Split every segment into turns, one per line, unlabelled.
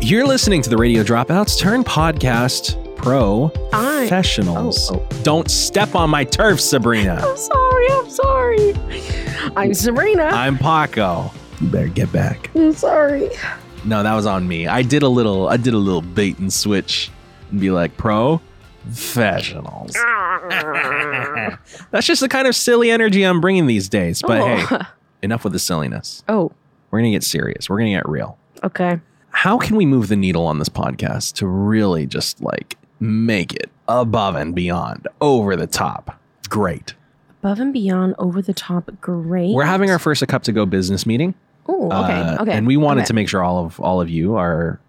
You're listening to the Radio Dropouts Turn Podcast Pro
I-
Professionals.
Oh,
Don't step on my turf, Sabrina.
I'm sorry. I'm sorry. I'm Serena.
I'm Paco. You better get back.
I'm sorry.
No, that was on me. I did a little I did a little bait and switch and be like pro professionals. That's just the kind of silly energy I'm bringing these days. But hey,
oh.
enough with the silliness.
Oh,
We're going to get serious. We're going to get real.
okay.
How can we move the needle on this podcast to really just like make it above and beyond, over the top? Great.
Above and beyond, over the top, great.
We're having our first a cup to go business meeting.
Oh, okay.
Uh,
okay.
And we wanted
okay.
to make sure all of all of you, our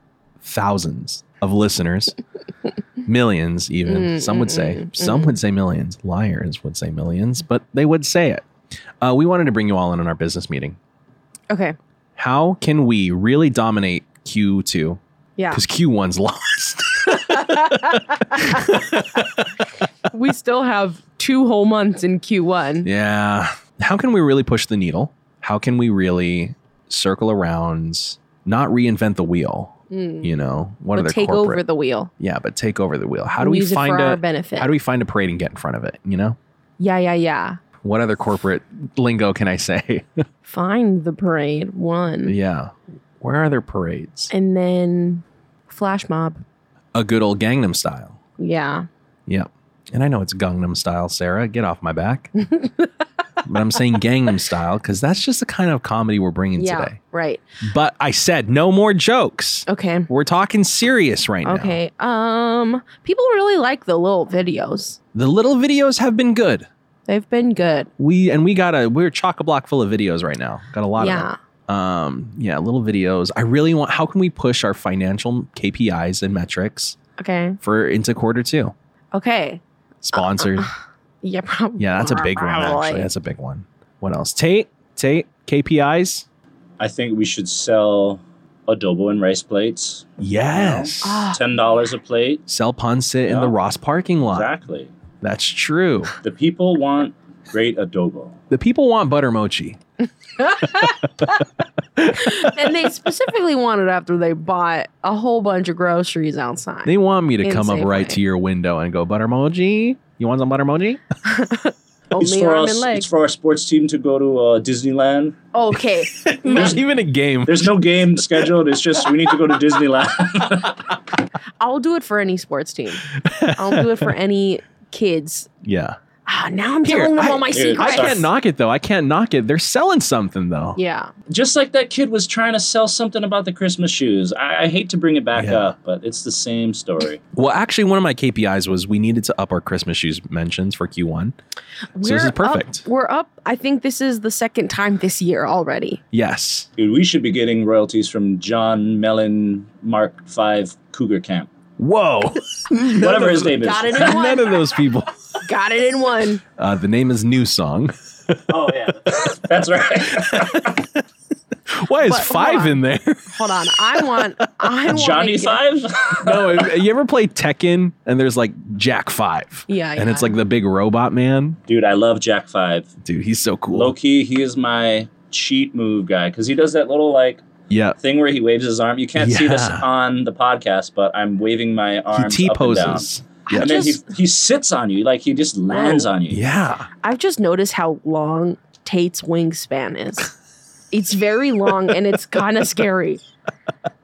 thousands of listeners, millions even,
Mm,
some would
mm,
say,
mm,
some
mm.
would say millions. Liars would say millions, but they would say it. Uh, we wanted to bring you all in on our business meeting.
Okay.
How can we really dominate Q2?
Yeah.
Because Q1's lost.
we still have two whole months in Q1.
yeah. How can we really push the needle? How can we really circle around, not reinvent the wheel?
Mm.
You know, what
But
are the
take
corporate?
over the wheel.
Yeah, but take over the wheel. How do
And
we
use
find
it for our
a
benefit?
how do we find a parade and get in front of it? You know,
yeah, yeah, yeah.
what other corporate lingo can I say?
Find the parade one,
yeah, where are there parades?
and then flash mob.
A good old Gangnam style.
Yeah.
Yeah, and I know it's Gangnam style, Sarah. Get off my back. but I'm saying Gangnam style because that's just the kind of comedy we're bringing
yeah.
today.
Right.
But I said no more jokes.
Okay.
We're talking serious right now.
Okay. Um, people really like the little videos.
The little videos have been good.
They've been good.
We and we got a we're chock a block full of videos right now. Got a lot of them.
yeah.
um yeah little videos i really want how can we push our financial kpis and metrics
Okay.
for into quarter two
Okay.
sponsored
Uh, Yeah. Probably.
yeah that's a big one actually that's a big one what else tate tate kpis
I think we should sell adobo and rice plates.
yes
Ah.
Ten dollars a plate.
sell punsit in
Yeah.
the ross parking lot
Exactly.
that's true
The people want great adobo.
the people want butter mochi
and they specifically want it after they bought a whole bunch of groceries outside.
they want me to
In
come up
Safeway.
right to your window and go butter mochi you want some butter mochi
Only
It's for
arm
us.
and leg.
It's for our sports team to go to uh, Disneyland.
okay.
there's even a game
There's no game scheduled. It's just we need to go to Disneyland.
I'll do it for any sports team. I'll do it for any kids.
yeah
Ah, now I'm
Here,
telling them
I-
all my
Dude,
secrets.
i can't
Sorry.
knock it though i can't knock it they're selling something though
Yeah.
just like that kid was trying to sell something about the Christmas shoes. I, I hate to bring it back
Yeah.
up, but it's the same story.
Well, actually, one of my KPIs was we needed to up our Christmas shoes mentions for Q1. this is
We're up-
perfect.
we're up. I think this is the second time this year already.
Yes.
Dude, we should be getting royalties from John Mellon Mark V Cougar Camp,
Whoa. None
whatever
of
his name is.
Got it in one.
None of those people.
Got it in one.
Uh, the name is New Song.
Oh yeah, that's right.
Why is
But hold
five
on.
in there?
Hold on. I want. I want
Johnny Five.
no, if- you ever play Tekken and there's like Jack Five?
Yeah,
And
yeah.
it's like the big robot man.
Dude, I love Jack Five.
Dude, he's so cool.
Low key, he is my cheat move guy because he does that little like
yeah.
thing where he waves his arm. You can't see this
Yeah.
on the podcast, but I'm waving my
He
arms
T
up and down.
poses.
I
Yeah.
And then he,
just,
he sits on you like he just lands on you.
Yeah.
I've just noticed how long Tate's wingspan is. It's very long and it's kind of scary.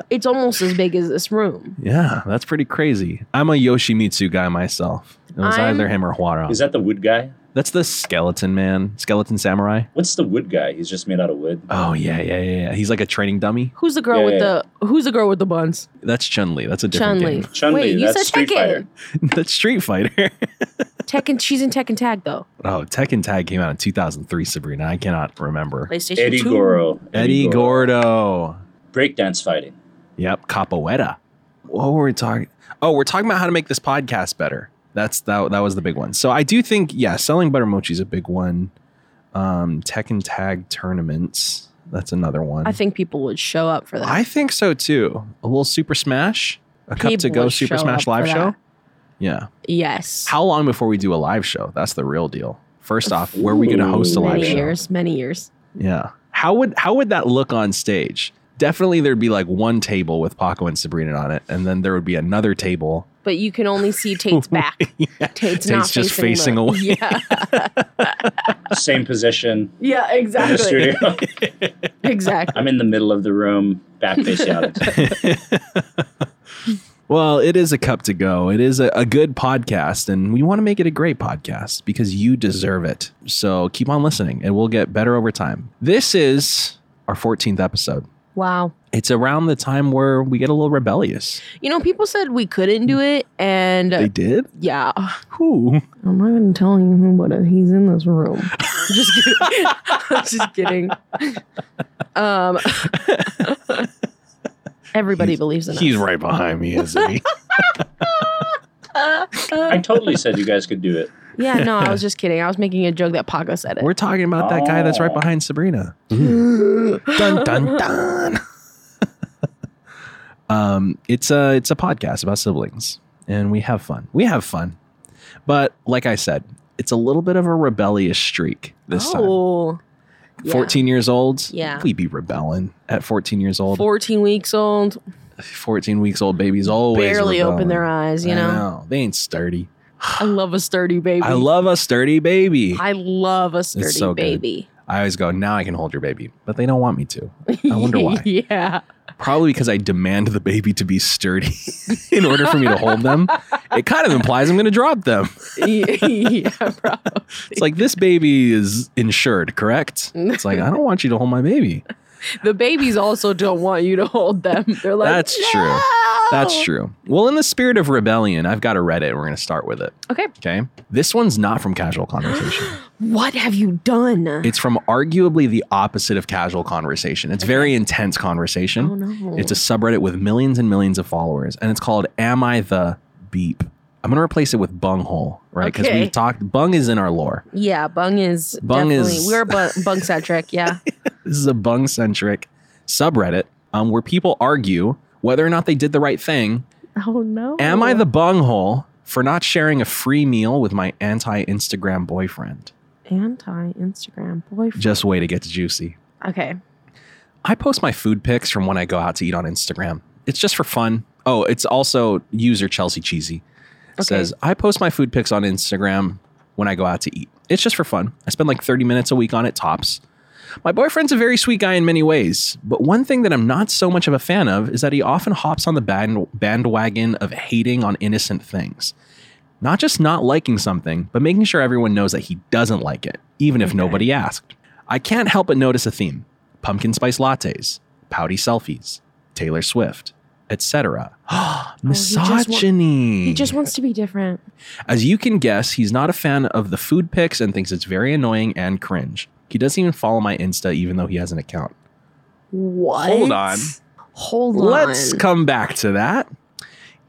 It's almost as big as this room.
Yeah. That's pretty crazy. I'm a Yoshimitsu guy myself. It was
I'm-
either him or Huara.
Is that the wood guy?
That's the skeleton man, skeleton samurai.
What's the wood guy? He's just made out of wood.
Oh, yeah, yeah, yeah. yeah. He's like a training dummy.
Who's the girl
Yeah,
with
yeah,
the Who's the girl with the buns?
That's Chun Li. That's a different
Chun Li.
game.
Chun-Li,
Wait, you
that's
said
Street
Tekken.
Fighter.
That's Street Fighter.
Tekken. She's in Tekken Tag though.
oh, Tekken Tag came out in 2003, Sabrina. I cannot remember.
PlayStation
Eddie
Two.
Goro.
Eddie Gordo.
Breakdance fighting.
Yep, Capoeira. What were we talking? Oh, we're talking about how to make this podcast better. That's that. That was the big one. So I do think, yeah, selling butter mochi is a big one. Um, Tekken Tag tournaments. That's another one.
I think people would show up for that.
I think so too. A little Super Smash, a cup to
People
go
would
Super
show
Smash
up for
live show.
that.
Yeah.
yes.
How long before we do a live show? That's the real deal. First off, where are we going to host a
Ooh.
live
many
show?
years? Many years.
Yeah. How would how would that look on stage? definitely there'd be like one table with Paco and Sabrina on it, and then there would be another table.
But you can only see Tate's back.
Yeah.
Tate's,
Tate's
not
just facing
the-
away.
Yeah.
Same position.
Yeah,
in the
exactly.
studio.
exactly.
I'm in the middle of the room, back face out.
Well, it is a cup to go. It is a, a good podcast, and we want to make it a great podcast because you deserve it. So keep on listening, and we'll get better over time. This is our 14th episode.
wow.
It's around the time where we get a little rebellious.
You know, people said we couldn't do it, and
They did?
yeah,
Who?
I'm not gonna tell you who, but uh, he's in this room. just kidding. I'm just kidding. Um, everybody
He's-
believes in
He's
us.
right behind me, isn't he?
Uh,
I
uh.
totally said you guys could do it.
yeah, no, I was just kidding. I was making a joke that Paco said it.
We're talking about that guy that's right behind Sabrina. dun dun dun. um, it's a it's a podcast about siblings, and we have fun. We have fun, but like I said, it's a little bit of a rebellious streak this
oh,
time.
yeah.
Fourteen years old,
Yeah.
we be rebelling at fourteen years old.
14 weeks old,
Fourteen weeks old babies always
barely open their eyes, you know?
I know. They ain't sturdy.
I love a sturdy baby.
I love a sturdy baby.
I love a sturdy
so good.
baby.
I always go now. I can hold your baby, but they don't want me to. I wonder why.
yeah.
Probably because I demand the baby to be sturdy in order for me to hold them. It kind of implies I'm going to drop them.
yeah, probably.
It's like this baby is insured, correct? It's like I don't want you to hold my baby.
The babies also don't want you to hold them. They're like,
That's true. That's
"No!"
true. Well, in the spirit of rebellion, I've got a Reddit. and We're going to start with it.
Okay.
Okay. This one's not from casual conversation.
What have you done?
It's from arguably the opposite of casual conversation. It's very intense conversation.
oh no.
It's a subreddit with millions and millions of followers, and it's called Am I the Beep? I'm going to replace it with bunghole, right? Because
Okay.
we've talked, bung is in our lore.
yeah, Bung is
Bung
definitely
is-
we're bu- Bung centric, yeah.
This is a bung centric subreddit um, where people argue whether or not they did the right thing.
Oh no.
Am I the bunghole for not sharing a free meal with my anti Instagram boyfriend?
anti Instagram boyfriend?
Just wait, it gets juicy.
okay.
I post my food pics from when I go out to eat on Instagram. It's just for fun. Oh, it's also user Chelsea Cheesy
Okay.
says, I post my food pics on Instagram when I go out to eat. It's just for fun. I spend like 30 minutes a week on it tops. My boyfriend's a very sweet guy in many ways, but one thing that I'm not so much of a fan of is that he often hops on the band- bandwagon of hating on innocent things. Not just not liking something, but making sure everyone knows that he doesn't like it, even if
Okay.
nobody asked. I can't help but notice a theme pumpkin spice lattes, pouty selfies, Taylor Swift, etc.
Oh, just wa-
Misogyny.
He just wants to be different.
As you can guess, he's not a fan of the food pics and thinks it's very annoying and cringe. He doesn't even follow my Insta, even though he has an account.
What?
on.
Hold on.
Let's come back to that.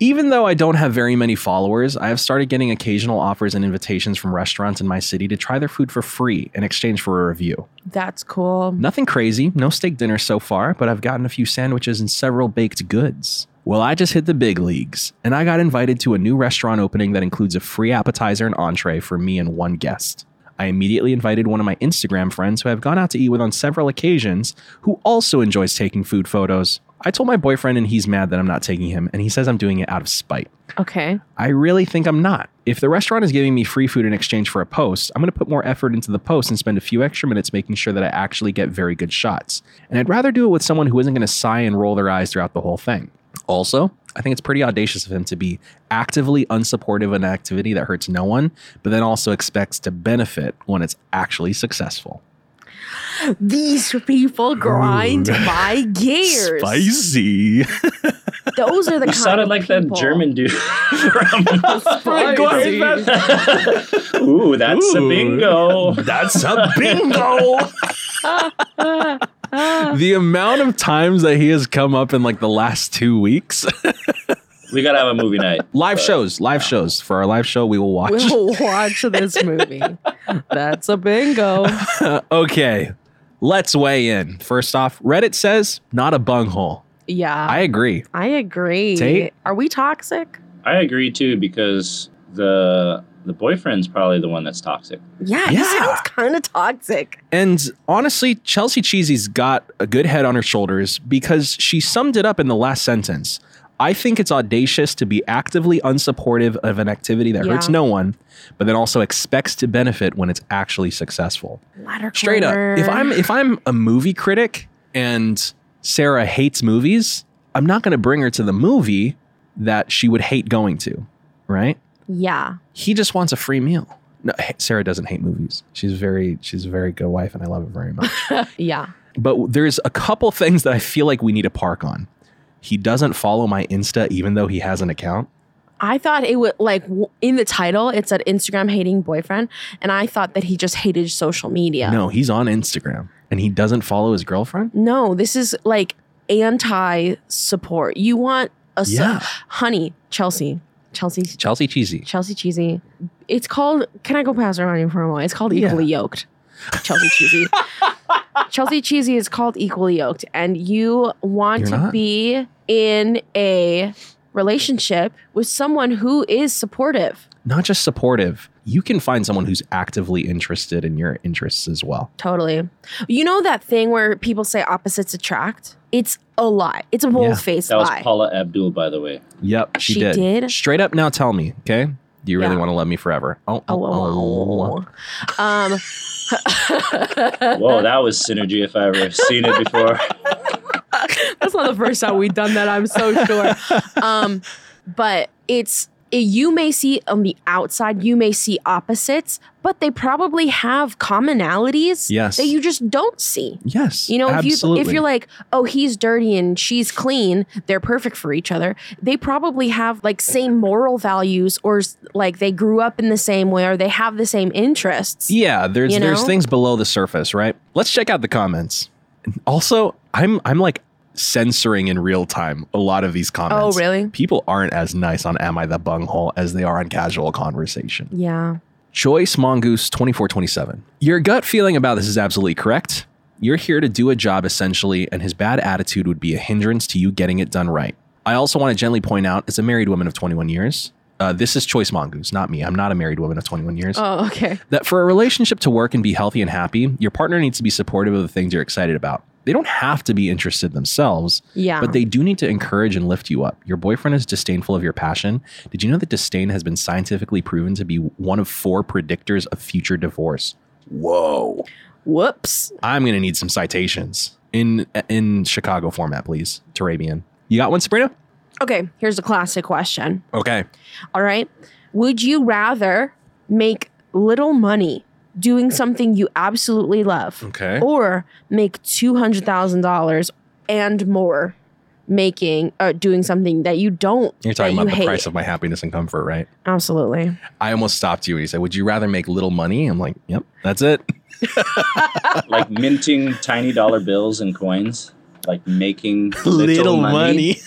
Even though I don't have very many followers, I have started getting occasional offers and invitations from restaurants in my city to try their food for free in exchange for a review.
That's cool.
Nothing crazy, no steak dinner so far, but I've gotten a few sandwiches and several baked goods. Well, I just hit the big leagues, and I got invited to a new restaurant opening that includes a free appetizer and entree for me and one guest. I immediately invited one of my Instagram friends who I've gone out to eat with on several occasions, who also enjoys taking food photos. I told my boyfriend, and he's mad that I'm not taking him, and he says I'm doing it out of spite.
Okay.
I really think I'm not. If the restaurant is giving me free food in exchange for a post, I'm going to put more effort into the post and spend a few extra minutes making sure that I actually get very good shots. And I'd rather do it with someone who isn't going to sigh and roll their eyes throughout the whole thing. Also, I think it's pretty audacious of him to be actively unsupportive of an activity that hurts no one, but then also expects to benefit when it's actually successful.
These people grind
Ooh.
my gears.
Spicy.
Those are the
You
kind
sounded
of
like that
people.
German dude. from-
Spicy.
Ooh, that's
Ooh.
a bingo.
That's a bingo.
Ah, ah.
the amount of times that he has come up in like the last two weeks
We gotta have a movie night.
live shows live shows for our live show we will watch
We'll watch this movie. That's a bingo.
okay let's weigh in first off reddit says not a bunghole
Yeah, I,
i agree
agree.
Tate?
Are we toxic?
I agree too because the the boyfriend's probably the one that's toxic.
Yeah, he
Yeah.
sounds kind of toxic.
And honestly, Chelsea Cheesy's got a good head on her shoulders because she summed it up in the last sentence. I think it's audacious to be actively unsupportive of an activity that hurts
Yeah.
no one, but then also expects to benefit when it's actually successful.
Ladder
Straight up, if
climber.
I'm if I'm a movie critic and Sarah hates movies, I'm not going to bring her to the movie that she would hate going to, right?
yeah,
he just wants a free meal. No, Sarah doesn't hate movies. She's very she's a very good wife, and I love her very much.
yeah,
but there's a couple things that I feel like we need to park on. He doesn't follow my Insta, even though he has an account.
I thought it would like w- in the title it said Instagram hating boyfriend, and I thought that he just hated social media.
No, he's on Instagram, and he doesn't follow his girlfriend.
No, this is like anti support. You want a su-
Yeah,
honey, Chelsea, Chelsea,
Chelsea Cheesy.
Chelsea Cheesy. It's called. Can I go pass around your promo? It's called
Yeah.
Equally Yoked. Chelsea Cheesy. Chelsea Cheesy is called Equally Yoked, and you want
You're
to
not.
be in a relationship with someone who is supportive.
Not just supportive. You can find someone who's actively interested in your interests as well.
Totally. You know that thing where people say opposites attract? It's a lie. It's a bold faced
That was
lie.
Paula Abdul, by the way.
Yep, she,
She did?
Straight up now, tell me, okay? Do you really
Yeah.
want to love me forever? Oh,
Oh,
oh, oh.
oh, Um, oh. Um,
Whoa, that was synergy if I ever seen it before.
That's not the first time we've done that, I'm so sure. Um, but it's it- you may see on the outside, you may see opposites, but they probably have commonalities
Yes.
that you just don't see.
Yes.
You know,
absolutely.
if you if you're like, oh, he's dirty and she's clean, they're perfect for each other. They probably have like same moral values, or s- like they grew up in the same way, or they have the same interests.
Yeah, there's
You
there's
know?
things below the surface, right? Let's check out the comments. Also, I'm I'm like censoring in real time a lot of these
oh,
comments.
really?
People aren't as nice on Am I the Bunghole as they are on casual conversation.
Yeah.
Joyce Mongoose 2427. Your gut feeling about this is absolutely correct. You're here to do a job essentially, and his bad attitude would be a hindrance to you getting it done right. I also want to gently point out it's a married woman of 21 years. Uh, this is Choice Mongoose, not me. I'm not a married woman of 21 years
Oh, okay.
that for a relationship to work and be healthy and happy, your partner needs to be supportive of the things you're excited about. They don't have to be interested themselves,
Yeah.
but they do need to encourage and lift you up. Your boyfriend is disdainful of your passion. Did you know that disdain has been scientifically proven to be one of four predictors of future divorce? Whoa.
Whoops.
I'm going to need some citations in in Chicago format, please. Turabian. You got one, Sabrina?
Okay, here's a classic question.
Okay.
All right. Would you rather make little money doing something you absolutely love
Okay.
or make $200,000 and more making uh, doing something that you don't
You're talking
that
about the
you hate?
price of my happiness and comfort, right?
Absolutely.
I almost stopped you and you said, Would you rather make little money? I'm like, Yep, that's it.
Like minting tiny dollar bills and coins, like making little, money.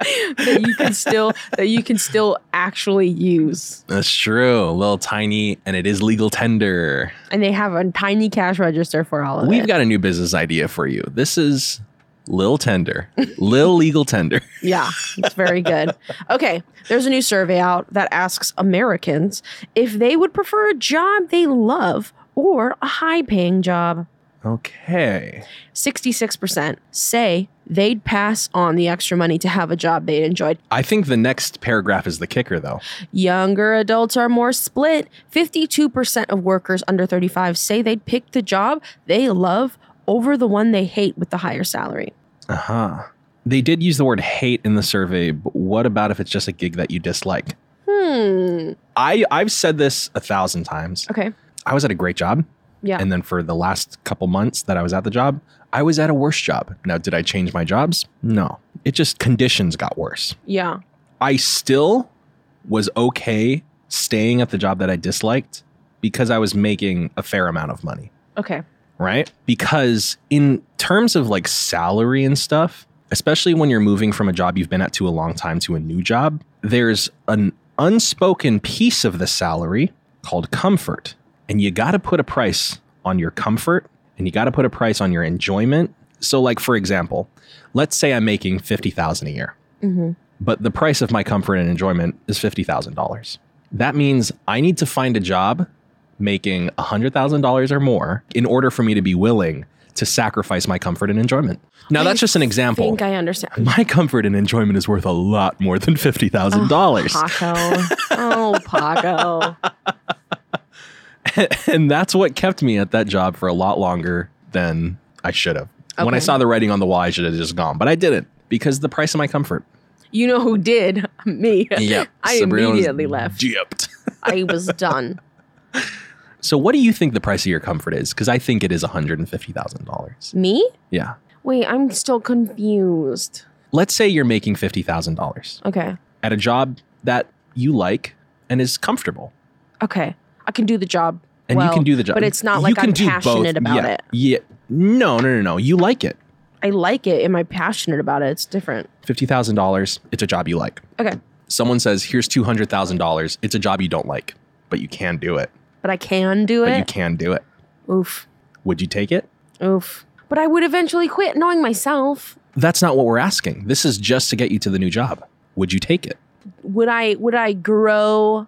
that you can still that you can still actually use.
That's true. A little tiny, and it is legal tender.
And they have a tiny cash register for all of
We've
it.
got a new business idea for you. This is Lil Tender, Lil Legal Tender.
Yeah, it's very good. Okay, there's a new survey out that asks Americans if they would prefer a job they love or a high paying job.
Okay.
66% say they'd pass on the extra money to have a job they enjoyed.
I think the next paragraph is the kicker, though.
Younger adults are more split. 52% of workers under 35 say they'd pick the job they love over the one they hate with the higher salary.
Uh huh. They did use the word hate in the survey, but what about if it's just a gig that you dislike?
Hmm.
I, I've said this a thousand times.
Okay.
I was at a great job.
Yeah.
And then for the last couple months that I was at the job, I was at a worse job. Now, did I change my jobs? No. It just conditions got worse.
Yeah.
I still was okay staying at the job that I disliked because I was making a fair amount of money,
Okay.
right? Because in terms of like salary and stuff, especially when you're moving from a job you've been at to a long time to a new job, there's an unspoken piece of the salary called comfort. And you got to put a price on your comfort and you got to put a price on your enjoyment. So like for example, let's say I'm making 50,000 a year
hmm
but the price of my comfort and enjoyment is $50,000. That means I need to find a job making $100,000 or more in order for me to be willing to sacrifice my comfort and enjoyment. Now,
I
that's just an example.
think I understand.
my comfort and enjoyment is worth a lot more than $50,000.
Ah, Paco. Oh, Paco.
and that's what kept me at that job for a lot longer than I should have. When I
Okay.
saw the writing on the wall, I should have just gone, but I didn't because the price of my comfort.
You know who did? Me.
Yeah,
I
Sabrina was
immediately left.
Dipped.
I was done.
So, what do you think the price of your comfort is? Because I think it is one hundred and fifty thousand dollars.
Me?
Yeah.
Wait, I'm still confused.
Let's say you're making fifty thousand dollars
Okay.
at a job that you like and is comfortable,
Okay. I can do the job.
and
well,
you can do the job.
But it's not
You
like
can
I'm
do both.
passionate about
Yeah.
it.
Yeah. No, no, no, no. You like it.
I like it. Am I passionate about it? It's different.
fifty thousand dollars. It's a job you like.
Okay.
Someone says, "Here's two hundred thousand dollars. It's a job you don't like, but you can do it.
But I can do
But you
it.
can do it.
Oof.
Would you take it?"
Oof. But I would eventually quit knowing myself.
That's not what we're asking. This is just to get you to the new job. Would you take it?
Would I would I grow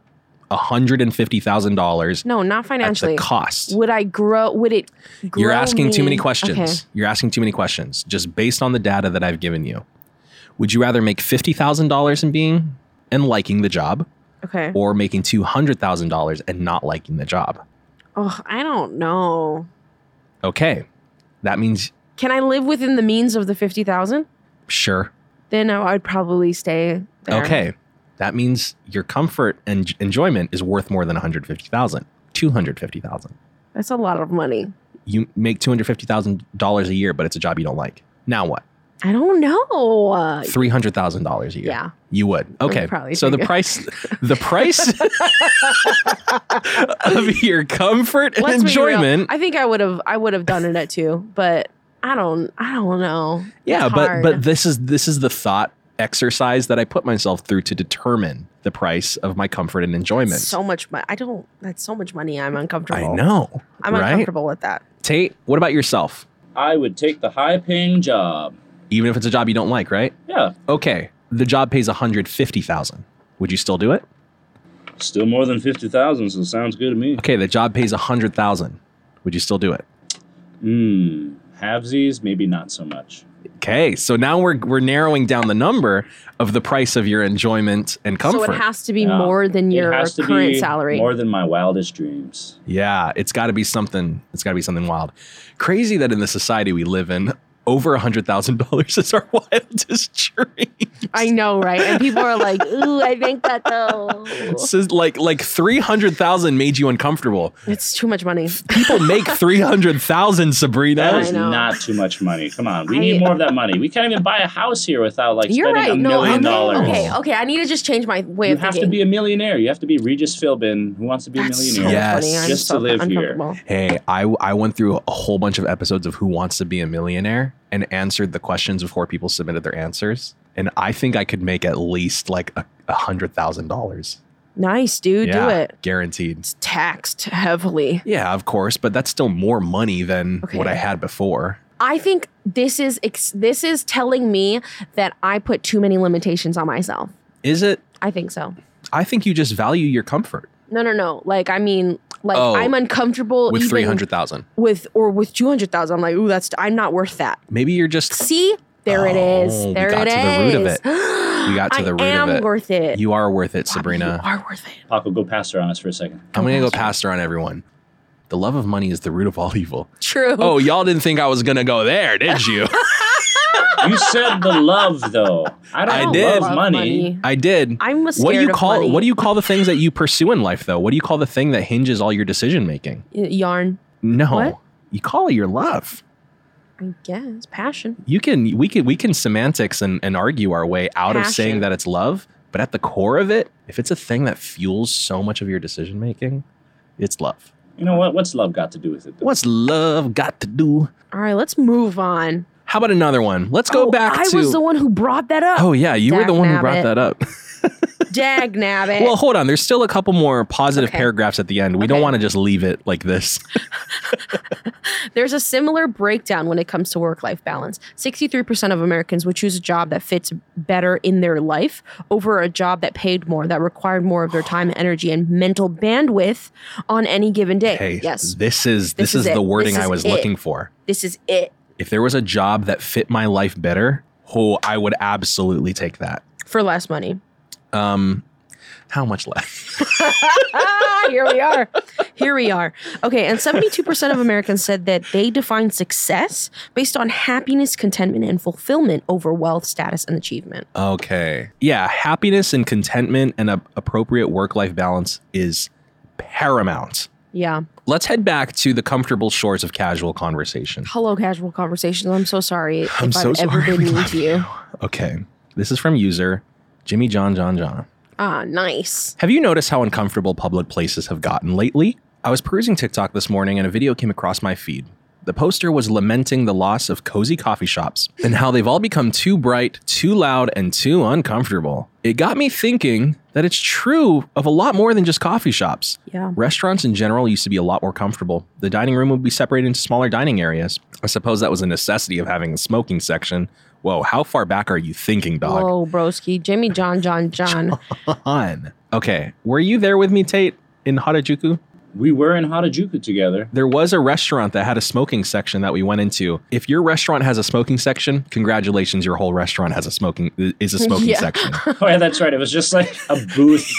hundred and fifty thousand dollars
no, not
at the
financially.
cost.
Would I grow would it grow
You're asking too
me-
many questions.
Okay.
You're asking too many questions. Just based on the data that I've given you, would you rather make fifty thousand dollars in being and liking the job,
Okay.
or making two hundred thousand dollars and not liking the job?
Oh, I don't know.
Okay, that means
Can I live within the means of the 50,000?
sure
Then I would probably stay there.
Okay. That means your comfort and j- enjoyment is worth more than 150,000, 250,000.
That's a lot of money.
You make $250,000 a year, but it's a job you don't like. Now what?
I don't know. Uh,
$300,000 a year.
yeah.
You would. Okay.
probably
So the
take it.
price the price of your comfort and
Let's be real.
enjoyment.
I think I would have I would have done it at two, but I don't I don't know.
Yeah,
It's
but
hard.
but this is this is the thought exercise that I put myself through to determine the price of my comfort and enjoyment.
so much money. I don't that's so much money. I'm
I
uncomfortable.
know.
I'm
right?
uncomfortable with that.
Tate, what about yourself?
I would take the high paying job.
even if it's a job you don't like, right?
Yeah,
Okay, the job pays 150,000. Would you still do it?
still more than 50,000, so sounds good to me.
Okay, the job pays 100,000. Would you still do it?
Hmm, halvesies, maybe not so much.
Okay, so now we're we're narrowing down the number of the price of your enjoyment and comfort.
So it has to be
Yeah.
more than your
it has to
current
be
salary.
more than my wildest dreams.
yeah, it's got to be something. It's got to be something wild. Crazy that in the society we live in, over $100,000 is our wildest dream.
I know, right? And people are like, "Ooh, I think that though.
So like like 300,000 made you uncomfortable.
It's too much money."
People make 300,000,
That
Sabrina.
is
I know.
not too much money. Come on, we
I-
need more of that money. We can't even buy a house here without like
You're
spending
right.
a
No,
million
okay,
dollars.
okay, okay. I need to just change my way
You
of
have to
thinking.
be a millionaire. You have to be Regis Philbin, who wants to be a
That's so
millionaire.
Yes.
funny. I'm
Just
so
to live here.
uncomfortable.
Hey, I, I went through a whole bunch of episodes of Who Wants to Be a Millionaire and answered the questions before people submitted their answers. And I think I could make at least like a a hundred thousand dollars.
Nice, dude. Do it.
Guaranteed.
It's taxed heavily.
Yeah, of course, but that's still more money than
Okay.
what I had before.
I think this is ex- this is telling me that I put too many limitations on myself.
Is it?
I think so.
I think you just value your comfort
No, no, no. Like I mean, like
Oh,
I'm uncomfortable
with
even
three hundred thousand.
with or with two hundred thousand. I'm like, ooh, that's I'm not worth that.
Maybe you're just
See, there it
Oh,
is.
we
There
got
it
to the root of
is.
it. We got to
I
the root of
am
it.
worth it.
you are worth it,
Bobby,
Sabrina.
You are worth it.
Paco, go past her on us for a second.
I'm gonna go
past her.
past her on everyone. The love of money is the root of all evil.
True.
Oh, y'all didn't think I was gonna go there, did you?
You said the love though. I don't
I
love
did.
money.
I did.
I'm scared
what do you
of
call
money.
what do you call the things that you pursue in life though? What do you call the thing that hinges all your decision making?
Y- yarn?
No.
What?
You call it your love.
I guess passion.
You can we can we can semantics and, and argue our way out of saying
Passion.
that it's love, but at the core of it, if it's a thing that fuels so much of your decision making, it's love.
You know what? What's love got to do with it? Though?
What's love got to do?
All right, let's move on.
How about another one? Let's go
Oh,
back
I
to
was the one who brought that up.
Oh yeah, you were
Dak
the one who
Nabbit.
brought that up.
Dag nabbit.
Well, hold on. There's still a couple more positive
Okay.
paragraphs at the end. We don't
Okay.
want to just leave it like this.
There's a similar breakdown when it comes to work life balance. 63% of Americans would choose a job that fits better in their life over a job that paid more, that required more of their time, energy, and mental bandwidth on any given day.
Okay.
Yes,
This is this, is,
This is it.
the wording
This
I
is
was
it.
looking for.
this is it.
If there was a job that fit my life better, oh, I would absolutely take that.
For less money.
Um, how much less?
Ah, here we are. Here we are. Okay, and 72% of Americans said that they define success based on happiness, contentment, and fulfillment over wealth, status, and achievement.
Okay. Yeah, happiness and contentment and a, appropriate work-life balance is paramount.
Yeah.
Let's head back to the comfortable shores of casual conversation.
Hello, casual conversations. I'm so sorry
I'm
if
so
I've
sorry.
ever
we
been mean
love
to you.
Okay. This is from user Jimmy John John John.
Ah, nice.
Have you noticed how uncomfortable public places have gotten lately? I was perusing TikTok this morning and a video came across my feed. The poster was lamenting the loss of cozy coffee shops and how they've all become too bright, too loud, and too uncomfortable. It got me thinking that it's true of a lot more than just coffee shops.
Yeah.
Restaurants in general used to be a lot more comfortable. The dining room would be separated into smaller dining areas. I suppose that was a necessity of having a smoking section. Whoa, how far back are you thinking, dog?
Whoa, broski. Jimmy John John John.
on. Okay. Were you there with me, Tate, in Harajuku?
We were in Harajuku together.
There was a restaurant that had a smoking section that we went into. If your restaurant has a smoking section, congratulations, your whole restaurant has a smoking is a smoking
Yeah.
section.
Oh yeah, that's right. It was just like a booth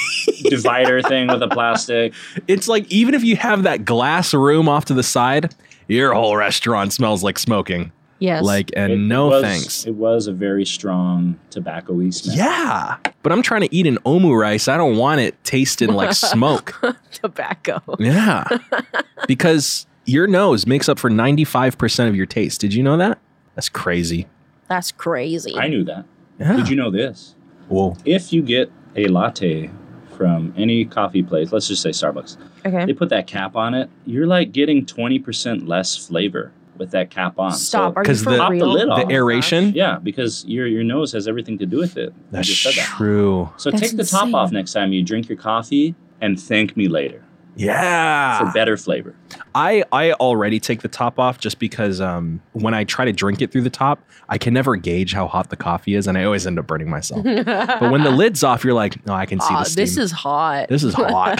divider thing with a plastic.
It's like even if you have that glass room off to the side, your whole restaurant smells like smoking.
Yes.
Like and
It
no
was-
thanks.
It was a very strong tobacco-y smell.
Yeah. But I'm trying to eat an omu rice. I don't want it tasting like smoke.
tobacco.
Yeah. because your nose makes up for 95% of your taste. Did you know that? That's crazy.
That's crazy.
I knew that.
Yeah.
Did you know this?
Whoa.
If you get a latte from any coffee place, let's just say Starbucks,
okay.
they put that cap on it. You're like getting 20% less flavor with that cap on.
Stop.
So,
Are you
'Cause
for
the-
Pop the
real?
lid off.
The aeration?
Oh, yeah, because your your nose has everything to do with it. I
That's
just said that.
true.
So
That's
take the
insane.
top off next time you drink your coffee and thank me later for
Yeah.
better flavor.
I, I already take the top off just because um, when I try to drink it through the top, I can never gauge how hot the coffee is and I always end up burning myself. but when the lid's off, you're like, no, I can see
Ah,
the steam.
this is hot.
this is hot.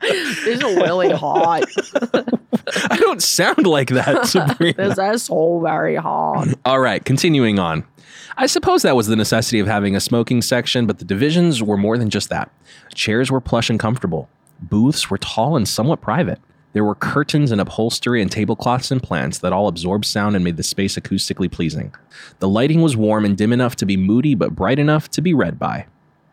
this is really hot.
I don't sound like that, Sabrina.
This is so very hot.
All right, continuing on. I suppose that was the necessity of having a smoking section, but the divisions were more than just that. Chairs were plush and comfortable. Booths were tall and somewhat private. There were curtains and upholstery and tablecloths and plants that all absorbed sound and made the space acoustically pleasing. The lighting was warm and dim enough to be moody, but bright enough to be read by,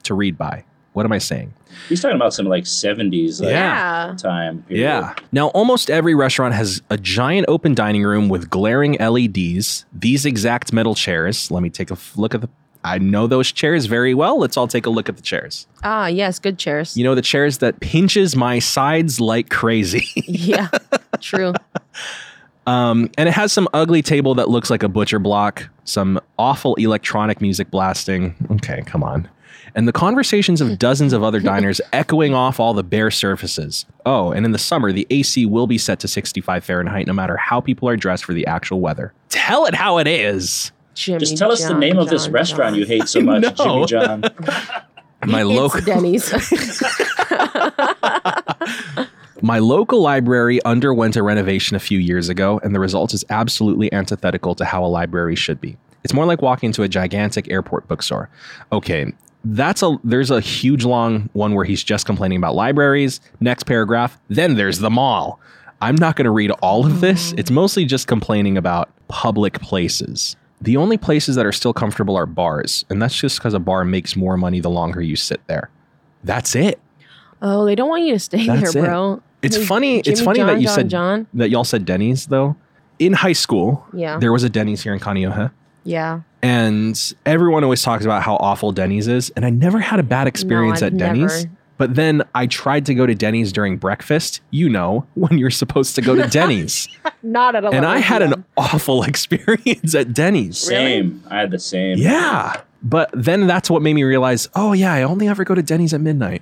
to read by. What am I saying?
He's talking about some like 70s like,
Yeah.
Yeah.
time period.
Yeah. Now, almost every restaurant has a giant open dining room with glaring LEDs, these exact metal chairs. Let me take a f- look at the. I know those chairs very well. Let's all take a look at the chairs.
Ah, yes. Good chairs.
You know, the chairs that pinches my sides like crazy.
Yeah. True.
Um, and it has some ugly table that looks like a butcher block, some awful electronic music blasting. Okay, come on. And the conversations of dozens of other diners echoing off all the bare surfaces. Oh, and in the summer, the AC will be set to 65 Fahrenheit no matter how people are dressed for the actual weather. Tell it how it is.
Jimmy.
Just tell us the
John,
name of this
John,
restaurant
John.
you hate so much,
know.
Jimmy John.
My
It's
local
Denny's.
My local library underwent a renovation a few years ago, and the result is absolutely antithetical to how a library should be. It's more like walking into a gigantic airport bookstore. Okay, that's a there's a huge long one where he's just complaining about libraries. Next paragraph, then there's the mall. I'm not going to read all of this.
Mm.
It's mostly just complaining about public places. The only places that are still comfortable are bars, and that's just because a bar makes more money the longer you sit there. That's it.
oh, they don't want you to stay
That's it.
there, bro.
It's
Hey,
funny. it's
Jimmy
funny
John,
that you
John,
said
John.
that y'all said Denny's though. In high school,
Yeah.
there was a Denny's here in Kaneohe,
Yeah.
and everyone always talks about how awful Denny's is, and I never had a bad experience
No, I've
at Denny's,
never-
but But then I tried to go to Denny's during breakfast, you know, when you're supposed to go to Denny's.
Not at all.
and I had an awful experience at Denny's.
Same. I had the same.
Yeah. But then that's what made me realize, oh yeah, I only ever go to Denny's at midnight.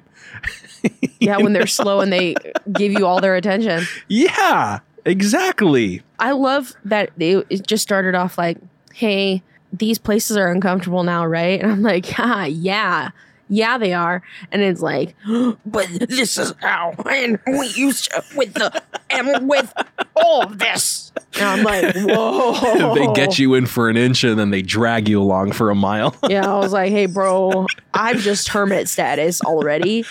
yeah when they're slow and they give you all their attention.
Yeah, exactly.
I love that it, it just started off like, "Hey, these places are uncomfortable now, right?" And I'm like, "Ah, yeah." Yeah, they are. And it's like, but this is how and we used to with the and with all of this. And I'm like, whoa.
They get you in for an inch and then they drag you along for a mile.
Yeah, I was like, hey, bro, I'm just hermit status already.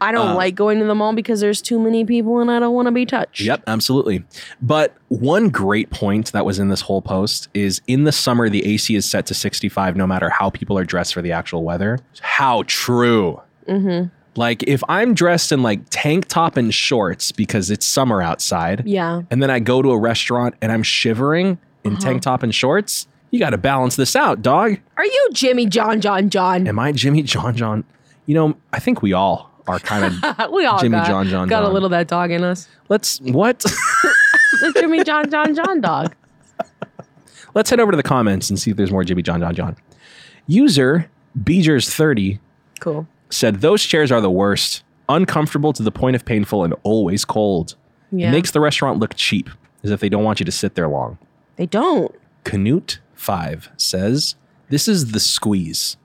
I don't
Uh.
like going to the mall because there's too many people and I don't want to be touched.
Yep, absolutely. But one great point that was in this whole post is in the summer, the AC is set to 65 no matter how people are dressed for the actual weather. How true.
Mm-hmm.
Like, if I'm dressed in like tank top and shorts because it's summer outside,
Yeah.
and then I go to a restaurant and I'm shivering in
Uh-huh.
tank top and shorts, you got to balance this out, dog.
Are you Jimmy John John John?
Am I Jimmy John John? You know, I think we all are kind of
we all
Jimmy
got,
John John.
got a
John.
little of that dog in us.
Let's what?
The Jimmy John John John dog.
Let's head over to the comments and see if there's more Jimmy John John John. User Beejers30
Cool.
said those chairs are the worst, uncomfortable to the point of painful and always cold.
Yeah.
It makes the restaurant look cheap, as if they don't want you to sit there long.
they don't.
Canute5 says, This is the squeeze.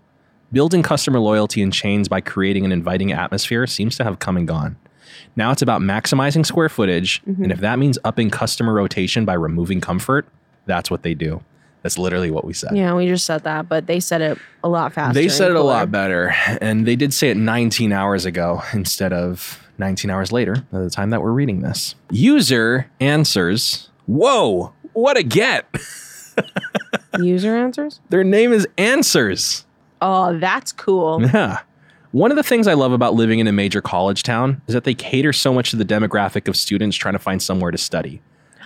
Building customer loyalty in chains by creating an inviting atmosphere seems to have come and gone. Now it's about maximizing square footage, and if that means upping customer rotation by removing comfort, that's what they do. That's literally what we said.
Yeah, we just said that, but they said it a lot faster.
They
and
said it a
cooler.
lot better, and they did say it 19 hours ago instead of 19 hours later at the time that we're reading this. User answers, Whoa, what a get!
User answers.
Their name is Answers.
Oh, that's cool.
Yeah. One of the things I love about living in a major college town is that they cater so much to the demographic of students trying to find somewhere to study.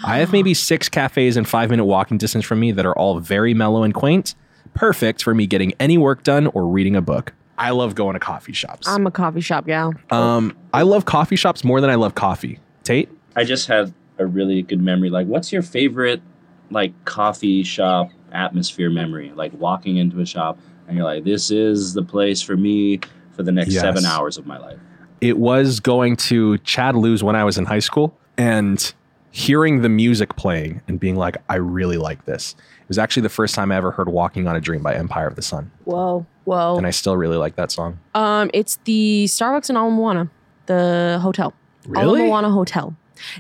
I have maybe six cafes and five minute walking distance from me that are all very mellow and quaint, perfect for me getting any work done or reading a book. I love going to coffee shops.
I'm a coffee shop gal.
Um, I love coffee shops more than I love coffee. Tate?
I just had a really good memory. Like, what's your favorite like coffee shop atmosphere memory? Like walking into a shop and you're like, this is the place for me for the next
Yes.
seven hours of my life.
It was going to Chad Lou's when I was in high school and hearing the music playing and being like, I really like this. It was actually the first time I ever heard Walking on a Dream by Empire of the Sun.
Whoa, whoa.
And I still really like that song.
um, it's the Starbucks in Ala Moana, the hotel. Ala Moana Hotel.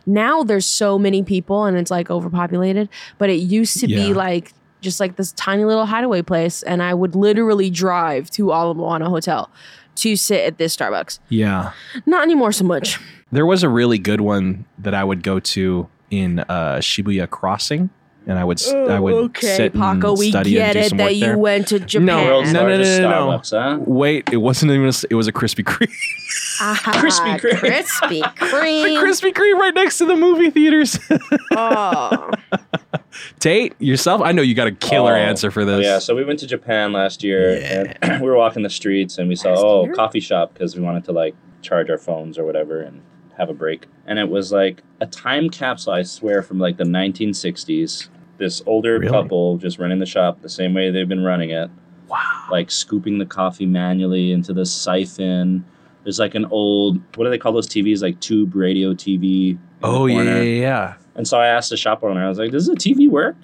Now there's so many people and it's like overpopulated, but it used to be
Yeah.
like just like this tiny little hideaway place, and I would literally drive to Ala Moana Hotel to sit at this Starbucks.
Yeah.
Not anymore so much.
There was a really good one that I would go to in uh, Shibuya Crossing. And I would, s I would sit
Oh, Paco,
and
we
study
get
and do
it
some
that
work
you
there.
went to Japan.
No,
World's
no, no,
largest
no, no, no.
Starbucks, huh?
Wait, it wasn't even. A, s- it was a Krispy Kreme.
Ah,
Krispy Kreme.
Krispy
the
Kreme.
Krispy Kreme right next to the movie theaters.
oh.
Tate, yourself, I know you got a killer
Oh,
answer for
Oh,
this.
yeah, so we went to Japan last year and we were walking the streets and we saw,
Last
oh,
year?
coffee shop because we wanted to like charge our phones or whatever and have a break. And it was like a time capsule, I swear, from like the 1960s. This older
Really?
couple just running the shop the same way they've been running it.
Wow.
like scooping the coffee manually into the siphon. There's like an old what do they call those TVs? Like tube radio TV. in the
Oh yeah, yeah,
corner.
yeah.
And so I asked the shop owner. I was like, "Does the TV work?"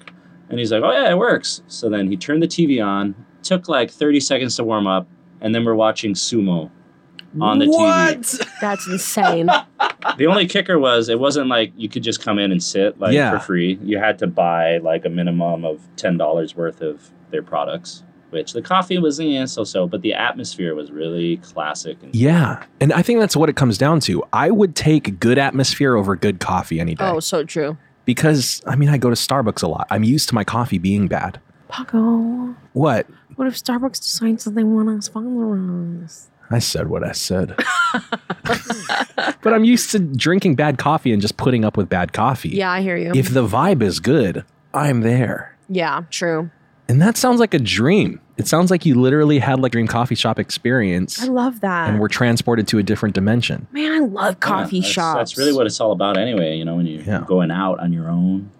And he's like, "Oh yeah, it works." So then he turned the TV on. Took like 30 seconds to warm up, and then we're watching sumo. On the TV.
That's insane.
The only kicker was it wasn't like you could just come in and sit like
Yeah.
for free. You had to buy like a minimum of ten dollars worth of their products. Which the coffee was eh, so so, but the atmosphere was really classic and
Yeah, and I think that's what it comes down to. I would take good atmosphere over good coffee any day
Oh, so true.
because I mean I go to Starbucks a lot. I'm used to my coffee being bad.
Paco.
What
What if Starbucks decides that they want to sponsor us?
I said, what I said. but I'm used to drinking bad coffee and just putting up with bad coffee.
Yeah, I hear you.
If the vibe is good, I'm there.
yeah, true.
And that sounds like a dream. It sounds like you literally had like a dream coffee shop experience
I love that.
and we're transported to a different dimension.
Man, I love coffee
Yeah, that's-
shops.
That's really what it's all about, anyway. You know, when you're
Yeah.
going out on your own,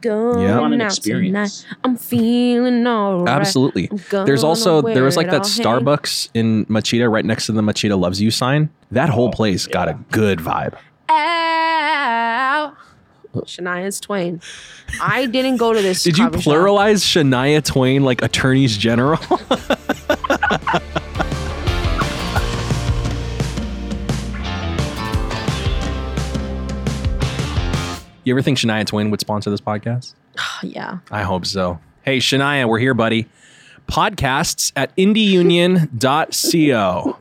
going
Yeah.
you want an
out
experience.
tonight. I'm feeling all right. Oh,
Absolutely.
I'm gonna
There's also there was like
wear it
that
all. Hey,
Starbucks in Machida right next to the Machida Loves You sign. That whole
Oh,
place got a
yeah.
good vibe.
Ow. Shania's Twain. I didn't go to this.
Oh. Did you
coffee shop.
pluralize Shania Twain like attorneys general? you ever think Shania Twain would sponsor this podcast?
Yeah.
I hope so. Hey, Shania, we're here, buddy. Podcasts at indieunion.co.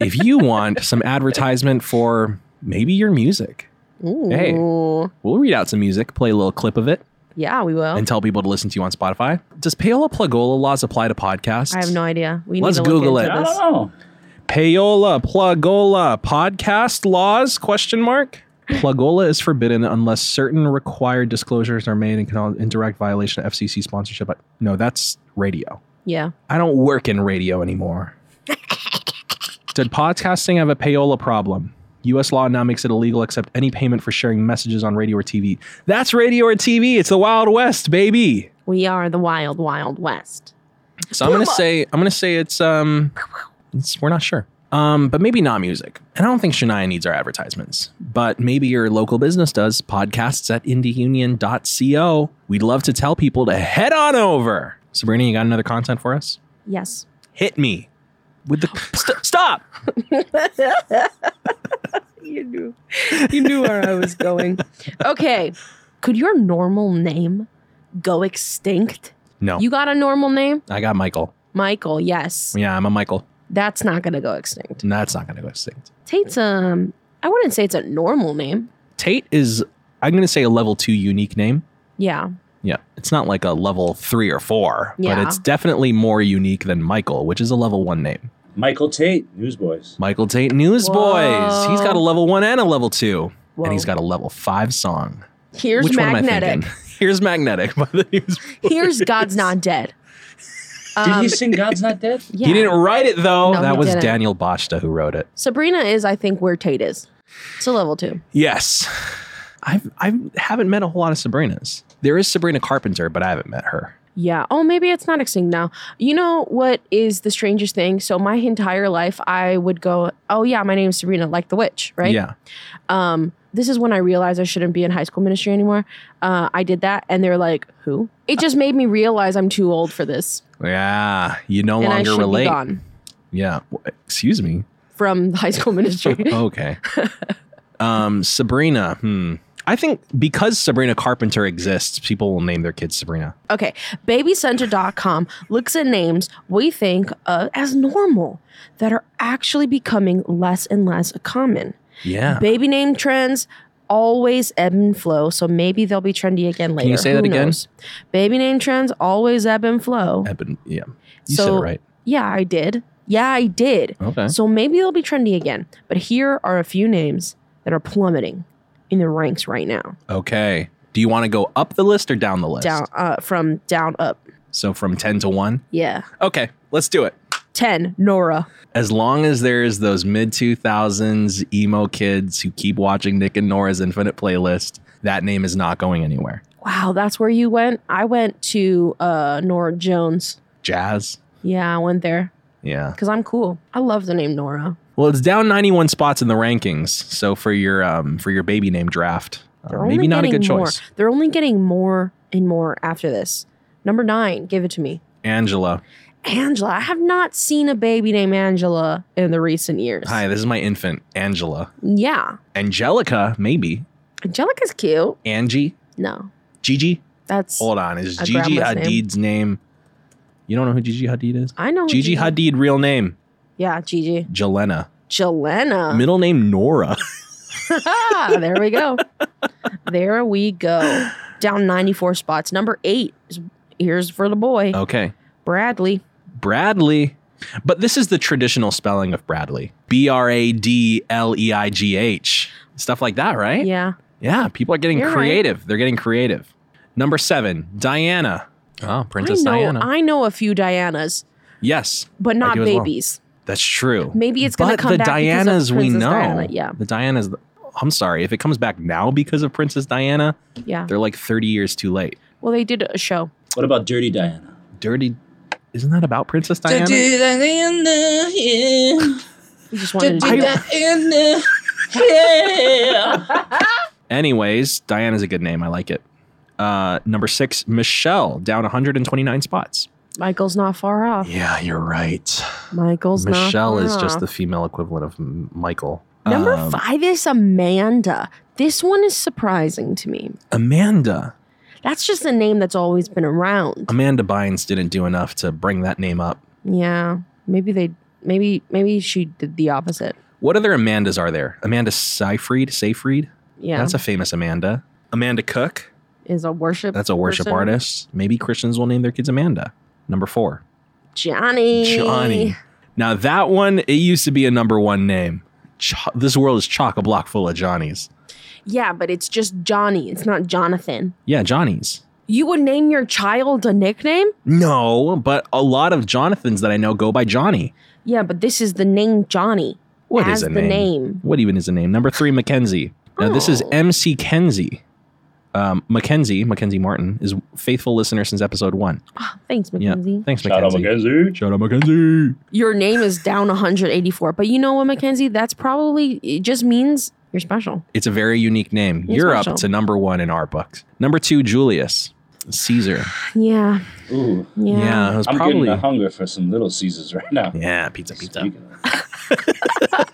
if you want some advertisement for maybe your music, Hey.
Ooh.
we'll read out some music, play a little clip of it,
Yeah, we will.
and tell people to listen to you on Spotify. Does payola plugola laws apply to podcasts?
I have no idea. We
Let's
need to look
Google
into
it.
I
this.
don't know.
payola plugola podcast laws question mark plugola is forbidden unless certain required disclosures are made and can all in direct violation of fcc sponsorship no that's radio
Yeah.
i don't work in radio anymore did podcasting have a payola problem us law now makes it illegal except any payment for sharing messages on radio or tv that's radio or tv it's the wild west baby
We are the wild, wild west.
so I'm gonna say I'm gonna say it's um it's, we're not sure. Um, but maybe not music. And I don't think Shania needs our advertisements, but maybe your local business does. Podcasts at indieunion.co. We'd love to tell people to head on over. Sabrina, you got another content for us?
Yes.
Hit me with the st- stop.
You knew. You knew where I was going. Okay. Could your normal name go extinct?
No,
You got a normal name?
I got Michael.
Michael, yes.
Yeah, I'm a Michael.
That's not going to go extinct.
And that's not gonna go extinct.
Tate's, um, I wouldn't say it's a normal name.
Tate is I'm gonna say a level two unique name.
Yeah.
Yeah, it's not like a level three or four,
Yeah.
but it's definitely more unique than Michael, which is a level one name.
Michael Tate, Newsboys.
Michael Tate Newsboys.
Whoa.
He's got a level one and a level two,
Whoa.
and he's got a level five song.
Here's
Which one am I
Magnetic.
thinking? Here's Magnetic by the Newsboys.
Here's God's Not Dead.
Did
Um,
he sing God's Not Dead?
yeah.
He didn't write it though.
No,
that
he
was
didn't.
Daniel Bochta who wrote it.
Sabrina is, I think, where Tate is. It's a level two.
Yes. I've I haven't met a whole lot of Sabrinas. There is Sabrina Carpenter, but I haven't met her.
Yeah. Oh, maybe it's not extinct now. You know what is the strangest thing? So my entire life, I would go, "Oh yeah, my name's Sabrina, like the witch," right?
Yeah.
Um, this is when I realized I shouldn't be in high school ministry anymore. Uh, I did that, and they're like, "Who?" It just made me realize I'm too old for this,
Yeah. You no
and I
longer
should be
relate.
gone
Yeah. W- Excuse me. Oh,
from high school ministry.
okay. Um, Sabrina. Hmm. I think because Sabrina Carpenter exists, people will name their kids Sabrina.
Okay, babycenter.com looks at names we think of as normal that are actually becoming less and less common.
Yeah.
Baby name trends always ebb and flow, so maybe they'll be trendy again later.
you say that again?
Baby name trends always ebb and flow.
Eben, Eh, yeah. You said
So-
it right.
Yeah, I did. Yeah, I did.
Okay.
So maybe they'll be trendy again. But here are a few names that are plummeting in the ranks right now.
Okay. Do you want to go up the list or down the list?
Down uh, from down up.
So from 10 to 1?
Yeah.
Okay, let's do it.
10 Nora.
As long as there's those mid 2000s emo kids who keep watching Nick and Nora's Infinite Playlist, that name is not going anywhere.
Wow, that's where you went. I went to uh, Nora Jones.
Jazz?
Yeah, I went there
Yeah.
because I'm cool. I love the name Nora.
Well, it's down 91 spots in the rankings. So for your um for your baby name draft, uh,
They're
maybe
only
not a
getting
good
more.
choice.
They're only getting more and more after this. Number nine, give it to me.
Angela.
Angela. I have not seen a baby named Angela in the recent years.
Hi, this is my infant, Angela.
Yeah.
Angelica, maybe.
Angelica's cute.
Angie?
No,
Gigi?
that's.
Hold on, is
A
Gigi
grandma's name.
Hadid's name. You don't know who Gigi Hadid is?
I know. who
Gigi Hadid, real name
Yeah, Gigi.
Jelena.
Jelena.
Middle name Nora.
there we go. there we go. Down 94 spots. Number eight. is- Here's for the boy,
Okay,
Bradley.
Bradley. But this is the traditional spelling of Bradley: B R A D L E I G H. Stuff like that, right?
Yeah.
Yeah, people are getting
You're right.
creative. They're getting creative. Number seven, Diana. Oh, Princess
I know,
Diana.
I know a few Dianas,
yes,
but not
do as well.
babies.
that's true.
Maybe it's gonna
But
come
the
back because of
Dianas we
Princess
know.
Diana. Yeah,
The Dianas. I'm sorry if it comes back now because of Princess Diana.
yeah.
They're like 30 years too late.
Well, they did a show.
What about Dirty Diana?
Dirty. Isn't that about Princess Diana?
Diana, yeah.
We just wanted to do that.
Diana, yeah.
Anyways, Diana's a good name. I like it. Uh, number six, Michelle, down 129 spots.
Michael's not far off.
Yeah, you're right.
Michael's not.
Michelle
far
is just
off.
the female equivalent of M- Michael.
number
Um,
five is Amanda. This one is surprising to me.
Amanda.
That's just a name that's always been around.
Amanda Bynes didn't do enough to bring that name up.
Yeah, maybe they, maybe maybe she did the opposite.
What other Amandas are there? Amanda Seyfried? Seyfried?
Yeah,
That's a famous Amanda. Amanda Cook?
is a worship.
That's a worship
person.
artist. Maybe Christians will name their kids Amanda. Number four,
Johnny.
Johnny. Now that one, it used to be a number one name. Cho- this world is chock a block full of Johnnies.
Yeah, but it's just Johnny. It's not Jonathan.
Yeah, Johnnies.
You would name your child a nickname?
No, but a lot of Jonathans that I know go by Johnny.
Yeah, but this is the name Johnny.
What is
as
a
the
name? What even is a name? Number three, Mackenzie. Now this is
Oh.
MC Kenzie. Um, Mackenzie, Mackenzie Martin, is faithful listener since episode one.
Ah, thanks,
Yeah.
Mackenzie.
Thanks,
Shout out
Mackenzie.
Mackenzie.
Shout out Mackenzie.
Your name is down 184, but you know what, Mackenzie? That's probably it. Just means you're special.
It's a very unique name.
It's
You're
special.
up to number one in our books. Number two, Julius Caesar.
Yeah,
Ooh,
yeah.
it was
I'm
probably.
getting a hunger for some Little Caesars right now.
Yeah, pizza, pizza.
Speaking of-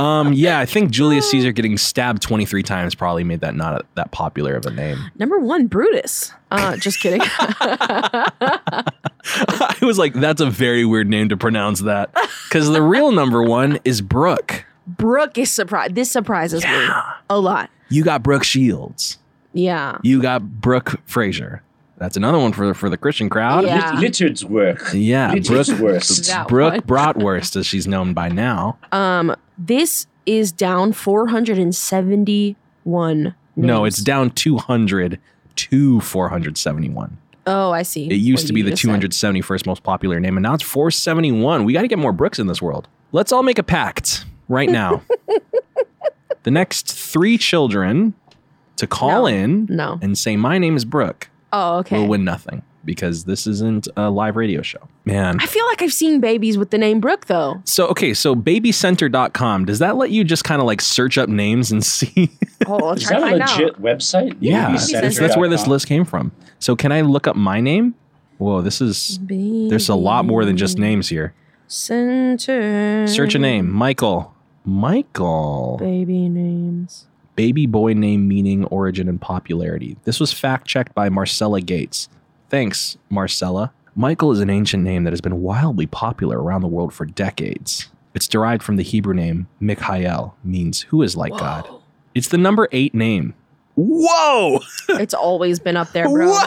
Um, yeah, I think Julius Caesar getting stabbed 23 times probably made that not that popular of a name.
Number one, Brutus. Uh, just kidding.
I was like, that's a very weird name to pronounce that because the real number one is Brooke.
Brooke is surprised. This surprises me a lot.
You got Brooke Shields.
Yeah.
You got Brooke Fraser. That's another one for for the Christian crowd.
Yeah.
Lit- Littered's work.
Yeah, Brooke,
Littered's worst.
That
Brooke
one.
Bratwurst, as she's known by now.
Um, this is down 471.
No,
names.
it's down 200 to 471.
Oh, I see.
It used
What
to be
you
the
just said.
271st most popular name, and now it's 471. We got to get more Brooks in this world. Let's all make a pact right now. the next three children to call
No.
in
No.
and say, My name is Brooke,
Oh, okay.
will win nothing because this isn't a live radio show. Man.
I feel like I've seen babies with the name Brooke though.
So, okay, so babycenter.com, does that let you just kind of like search up names and see?
Oh, I'll
Is
try
that
to
a
find
legit
out.
website?
yeah,
Babycenter.
that's, that's where this
Babycenter.com.
list came from. So, can I look up my name? Whoa, this is, there's a lot more than just names here.
Center.
Search a name. Michael. Michael.
Baby names.
Baby boy name meaning, origin, and popularity. This was fact checked by Marcella Gates. Thanks, Marcella. Michael is an ancient name that has been wildly popular around the world for decades. It's derived from the Hebrew name Mikhail, means who is like God.
Whoa.
It's the number eight name. Whoa!
It's always been up there, bro.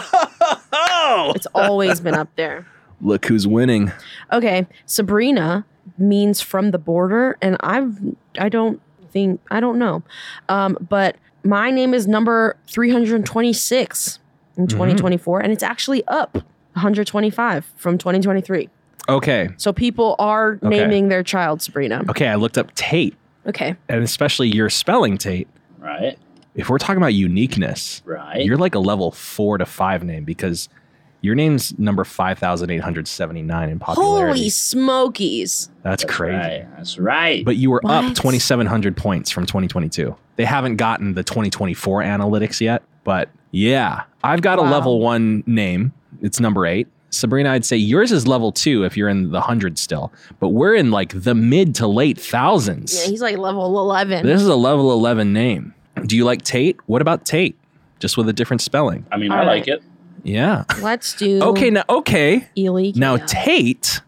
Whoa!
It's always been up there.
Look who's winning.
Okay, Sabrina means from the border, and I've I don't think I don't know, um, but my name is number three hundred twenty six in
Mhm.
twenty twenty four, and it's actually up one hundred twenty five from twenty twenty three.
Okay.
So people are naming their child Sabrina.
Okay, I looked up Tate,
Okay,
and especially your spelling, Tate.
Right,
If we're talking about uniqueness,
right.
You're like a level four to five name because your name's number five thousand eight hundred seventy nine in popularity.
holy smokies!
That's
That's
crazy.
Right. That's right.
But you were up
What?
twenty seven hundred points from twenty twenty two. They haven't gotten the twenty twenty four analytics yet, but yeah, I've got a
Wow.
level one name. It's number eight. Sabrina, I'd say yours is level two if you're in the hundred still, but we're in like the mid to late
Yeah,
thousands.
he's like level eleven.
this is a level eleven name. Do you like Tate? What about Tate? Just with a different spelling.
I mean,
All
I like it.
Yeah.
Let's do
Okay, now okay.
Ely.
Now Tate,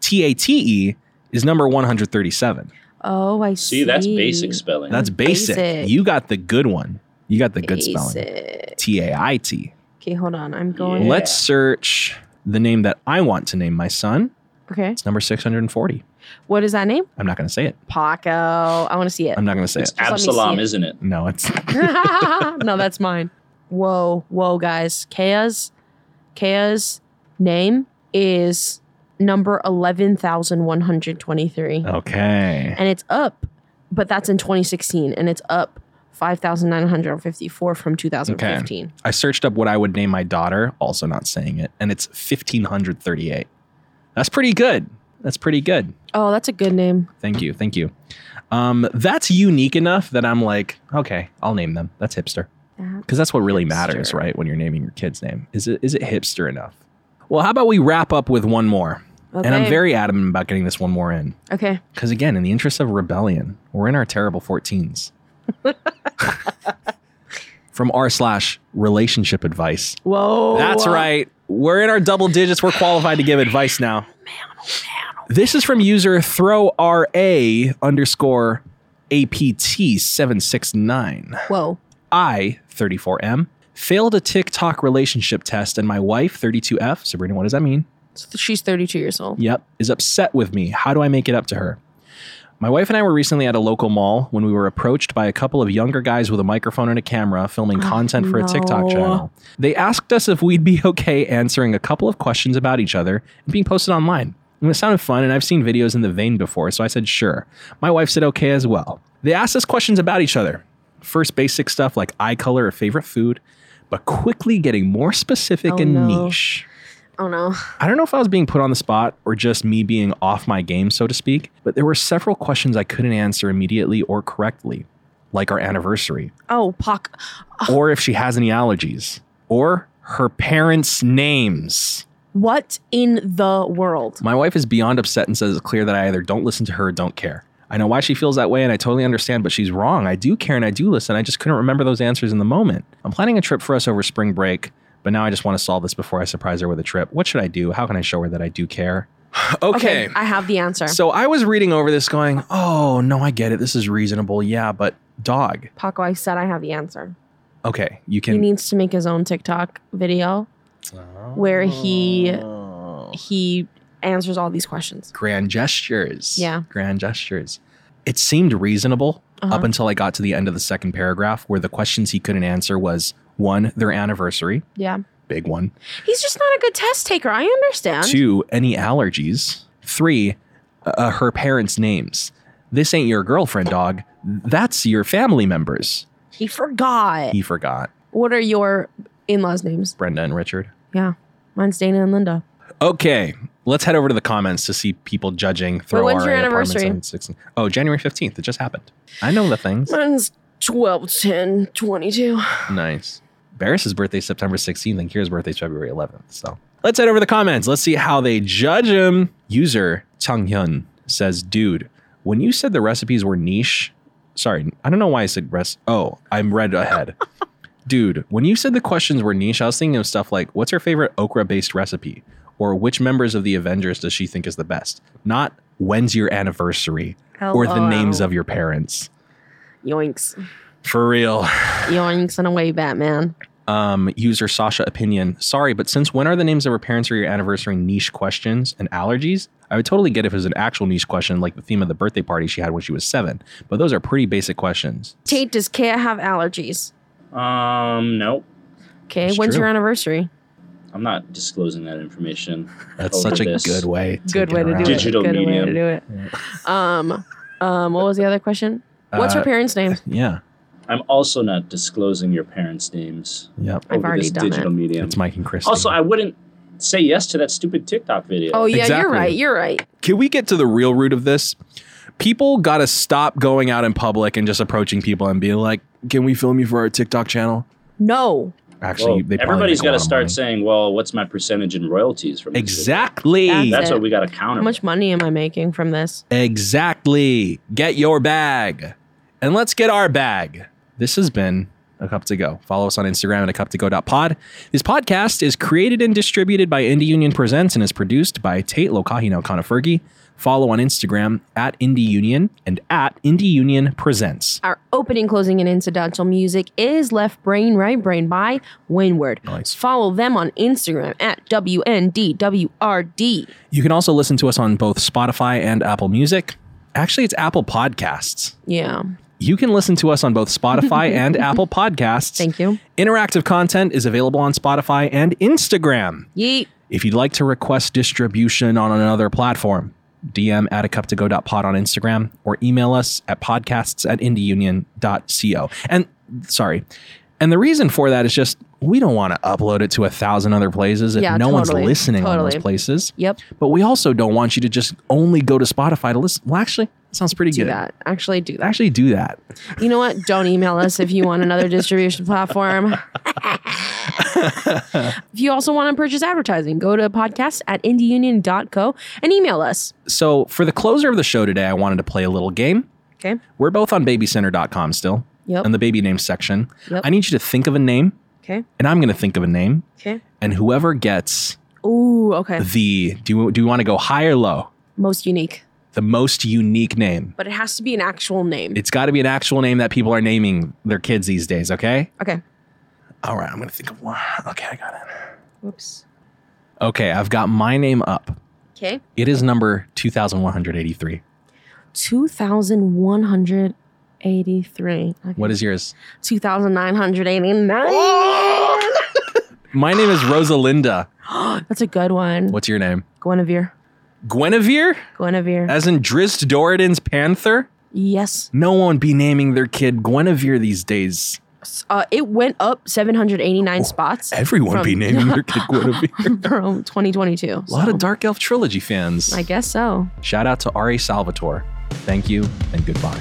T A T E, is number 137.
oh, I see.
See, that's basic spelling.
That's basic.
Basic.
You got the good one. You got the good spelling.
Basic.
T A I T.
Okay, hold on. I'm going.
Yeah.
Let's search the name that I want to name my son.
Okay.
It's number 640.
What is that name?
I'm not going to say it.
Paco. I want to see it.
I'm not going to say
it's
it.
let me see
Absalom,
it.
isn't it?
No, it's
no, that's mine. whoa, whoa, guys. Kaya's Kaya's name is number eleven thousand one hundred twenty three,
Oh. Okay.
and it's up, but that's in twenty sixteen, and it's up five thousand nine hundred fifty four from two thousand fifteen.
I searched up what I would name my daughter, also not saying it, and it's 1538. That's pretty good. That's pretty good.
Oh, that's a good name.
Thank you. Thank you. Um, that's unique enough that I'm like, okay, I'll name them. That's hipster. Because that's what really matters,
Hipster.
right? When you're naming your kid's name. Is it is it hipster enough? Well, how about we wrap up with one more?
Okay.
And I'm very adamant about getting this one more in.
okay.
Because again, in the interest of rebellion, we're in our terrible 14s. From r slash relationship advice.
Whoa.
That's right. We're in our double digits. We're qualified to give advice now. This is from user throw ra underscore apt seven six nine.
Whoa.
I thirty four m failed a TikTok relationship test, and my wife thirty two f Sabrina. What does that mean?
She's thirty two years old.
Yep, is upset with me. How do I make it up to her? My wife and I were recently at a local mall when we were approached by a couple of younger guys with a microphone and a camera filming
Oh,
content for a TikTok
no.
channel. They asked us if we'd be okay answering a couple of questions about each other and being posted online. And it sounded fun, and I've seen videos in the vein before, so I said sure. My wife said okay as well. They asked us questions about each other. First, basic stuff like eye color or favorite food, but quickly getting more specific
Oh,
and
no.
niche.
Oh no.
I don't know if I was being put on the spot or just me being off my game, so to speak, but there were several questions I couldn't answer immediately or correctly, like our anniversary,
Oh, Pac.
or if she has any allergies, or her parents' names.
What in the world?
My wife is beyond upset and says it's clear that I either don't listen to her or don't care. I know why she feels that way and I totally understand, but she's wrong. I do care and I do listen. I just couldn't remember those answers in the moment. I'm planning a trip for us over spring break, but now I just want to solve this before I surprise her with a trip. What should I do? How can I show her that I do care?
I have the answer.
So I was reading over this going, oh, no, I get it. This is reasonable. Yeah, but dog.
Paco, I said I have the answer.
Okay, you
he
can.
needs to make his own TikTok video where he- he answers all these questions.
Grand gestures.
Yeah.
Grand gestures. It seemed reasonable
Uh-huh.
up until I got to the end of the second paragraph where the questions he couldn't answer was one, their anniversary,
Yeah.
big one.
He's just not a good test taker. I understand.
Two, any allergies. Three, uh, her parents' names. This ain't your girlfriend, dog. That's your family members.
He forgot.
He forgot.
what are your in laws' names?
Brenda and Richard.
Mine's Dana and Linda.
Okay, let's head over to the comments to see people judging. Throw
when's your
RA apartments
anniversary?
on 16 Oh, January fifteenth. It just happened. I know the things.
Mine's 12, 10, 22.
nice. Barris's birthday is September sixteenth, and Kira's birthday is February eleventh. So let's head over to the comments. Let's see how they judge him. User Chang Hyun says, "Dude, when you said the recipes were niche, sorry, I don't know why I said rest. Oh, I'm read ahead." Dude, when you said the questions were niche, I was thinking of stuff like what's her favorite okra based recipe? Or which members of the Avengers does she think is the best? Not when's your anniversary or the names of your parents.
Yoinks.
For real.
Yoinks and away, Batman.
Um, user Sasha opinion. Sorry, but since when are the names of her parents or your anniversary niche questions and allergies? I would totally get if it was an actual niche question, like the theme of the birthday party she had when she was seven. But those are pretty basic questions.
Tate, does Kaya have allergies?
Um, no,
Okay.
It's
When's
true.
your anniversary?
I'm not disclosing that information.
That's such a
Over this.
good way. To
Good
get
way to do
around
it.
Digital
Good way
medium.
to do it. Um, um, what was the other question? What's her
Uh,
parents' name?
Yeah.
I'm also not disclosing your parents' names
Yep.
I've
over
already
this
done
digital
it.
medium.
It's Mike and Christy.
also, I wouldn't say yes to that stupid TikTok video.
Oh yeah,
Exactly.
you're right. You're right.
Can we get to the real root of this? People got to stop going out in public and just approaching people and being like, "Can we film you for our TikTok channel?"
No.
Actually,
Well,
they probably
everybody's
make a
got
lot
to
of
start
money.
saying, "Well, what's my percentage in royalties from this
exactly,
That's
video? That's
it.
what we got to counter.
How much money am I making from this?
exactly. Get your bag, and let's get our bag. This has been a cup to go. Follow us on Instagram at a cup to go.pod. This podcast is created and distributed by Indie Union Presents and is produced by Tate Lokahino Kanafergi. Follow on Instagram at Indie Union and at Indie Union Presents.
Our opening, closing, and incidental music is Left Brain, Right Brain by Winward.
Nice.
Follow them on Instagram at WNDWRD.
You can also listen to us on both Spotify and Apple Music. Actually, it's Apple Podcasts.
Yeah.
You can listen to us on both Spotify and Apple Podcasts.
Thank you.
Interactive content is available on Spotify and Instagram.
Yeet.
If you'd like to request distribution on another platform, DM at a cup to go.pod on Instagram or email us at podcasts at indieunion.co. And sorry. And the reason for that is just we don't want to upload it to a thousand other places if
Yeah,
no one's
totally.
listening on those
Totally.
places.
Yep.
But we also don't want you to just only go to Spotify to listen. Well, actually, that sounds pretty
Do
good.
that. Actually, do that.
Actually, do that.
You know what? Don't email us if you want another distribution platform. if you also want to purchase advertising, go to podcast at indieunion.co and email us.
So, for the closer of the show today, I wanted to play a little game.
Okay.
We're both on babycenter.com still
Yep.
in the baby name section.
Yep.
I need you to think of a name,
okay.
and I'm going to think of a name,
Okay.
and whoever gets
Ooh, okay.
the do you, do you want to go high or low?
Most unique.
The most unique name.
But it has to be an actual name.
It's got to be an actual name that people are naming their kids these days, okay?
okay.
All right, I'm going to think of one. Okay, I got it.
Whoops.
Okay, I've got my name up.
Okay.
It is number 2183.
2,183.
What is yours?
2,989.
My name is Rosalinda.
That's a good one.
What's your name?
Guinevere.
Guinevere?
Guinevere.
As in Drizzt Doradin's Panther?
yes.
No one would be naming their kid Guinevere these days.
Uh, it went up 789 spots.
Oh, Everyone
From-
be naming their kid Guinevere.
from 2022.
A lot of Dark Elf Trilogy fans.
I guess so.
Shout out to Ari Salvatore. Thank you and goodbye.